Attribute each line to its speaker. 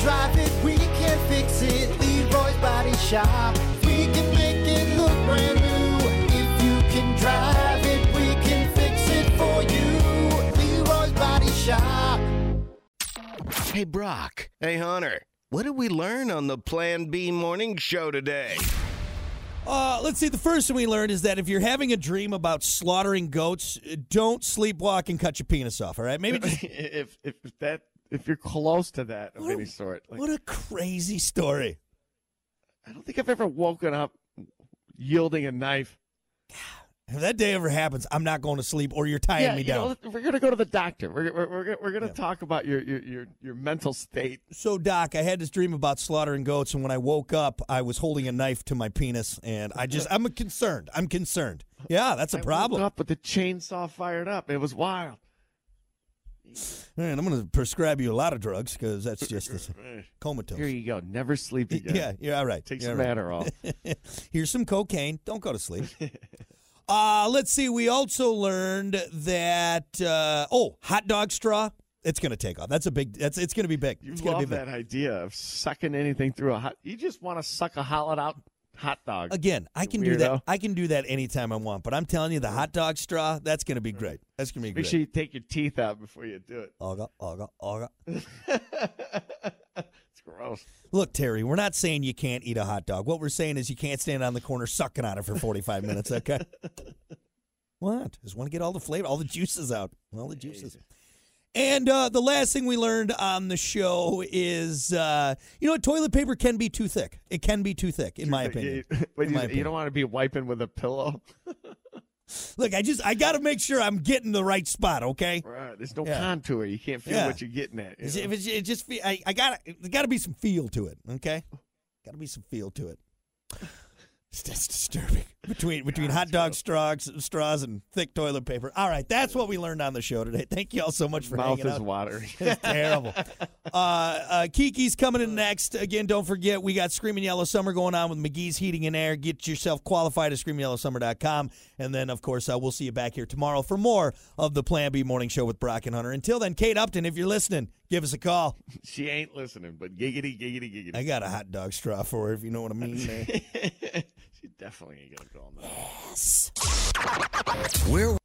Speaker 1: drive it, we can fix it. Leroy's Body Shop. We can make it look brand new. If you can drive it, we can fix it for you. Leroy's Body Shop.
Speaker 2: Hey, Brock,
Speaker 3: Hey, Hunter, what did we learn on the Plan B morning show today?
Speaker 4: Uh, let's see. The first thing we learned is that if you're having a dream about slaughtering goats, uh, don't sleepwalk and cut your penis off. All right? Maybe. Just,
Speaker 5: if if that if you're close to that of any sort, like,
Speaker 4: what a crazy story.
Speaker 5: I don't think I've ever woken up yielding a knife.
Speaker 4: If that day ever happens, I'm not going to sleep, or you're tying me
Speaker 5: you
Speaker 4: down.
Speaker 5: know, we're gonna go to the doctor. We're we're we're, gonna- we're gonna talk about your, your your your mental state.
Speaker 4: So, Doc, I had this dream about slaughtering goats, and when I woke up, I was holding a knife to my penis, and I just, I'm concerned. I'm concerned. Yeah, that's a
Speaker 5: I woke
Speaker 4: problem.
Speaker 5: Up with the chainsaw fired up. It was wild.
Speaker 4: Man, I'm going to prescribe you a lot of drugs because that's just this comatose.
Speaker 5: Here you go. Never sleep again.
Speaker 4: yeah, yeah, all right.
Speaker 5: Take
Speaker 4: yeah, all
Speaker 5: some
Speaker 4: right.
Speaker 5: Adderall.
Speaker 4: Here's some cocaine. Don't go to sleep. uh, let's see. We also learned that uh, oh, hot dog straw. It's gonna take off. That's a big. That's it's gonna be big.
Speaker 5: You
Speaker 4: it's gonna be
Speaker 5: love
Speaker 4: big.
Speaker 5: that idea of sucking anything through a hot. You just want to suck a hollowed out hot dog.
Speaker 4: Again, I can do that. I can do that anytime I want. But I'm telling you, the hot dog straw. That's gonna be great. That's gonna be
Speaker 5: Make
Speaker 4: great.
Speaker 5: sure you take your teeth out before you do it.
Speaker 4: Aga, aga, aga.
Speaker 5: it's gross.
Speaker 4: Look, Terry, we're not saying you can't eat a hot dog. What we're saying is you can't stand on the corner sucking on it for 45 minutes, okay? What? Just want to get all the flavor, all the juices out, all the juices. And uh, the last thing we learned on the show is, uh, you know, toilet paper can be too thick. It can be too thick, in my opinion.
Speaker 5: You, but
Speaker 4: In
Speaker 5: you,
Speaker 4: my
Speaker 5: you don't want to be wiping with a pillow.
Speaker 4: Look, I just, I got to make sure I'm getting the right spot, okay?
Speaker 5: Right, There's no
Speaker 4: Yeah.
Speaker 5: contour. You can't feel
Speaker 4: Yeah.
Speaker 5: what you're getting at. you
Speaker 4: It's,
Speaker 5: know?
Speaker 4: if it's, it just, fe- I, I got to, got to be some feel to it, okay? Got to be some feel to it. It's- That's disturbing. Between between hot dog straws, straws and thick toilet paper. All right, that's what we learned on the show today. Thank you all so much for
Speaker 5: Mouth
Speaker 4: hanging
Speaker 5: is
Speaker 4: out.
Speaker 5: watery.
Speaker 4: It's terrible. Uh, uh, Kiki's coming in next. Again, don't forget, we got Screaming Yellow Summer going on with McGee's Heating and Air. Get yourself qualified at screamingyellowsummer.com. And then, of course, uh, we'll see you back here tomorrow for more of the Plan B Morning Show with Brock and Hunter. Until then, Kate Upton, if you're listening, give us a call.
Speaker 5: she ain't listening, but giggity, giggity, giggity.
Speaker 4: I got a hot dog straw for her, if you know what I mean. man.
Speaker 5: she definitely ain't gonna go on that.
Speaker 2: we're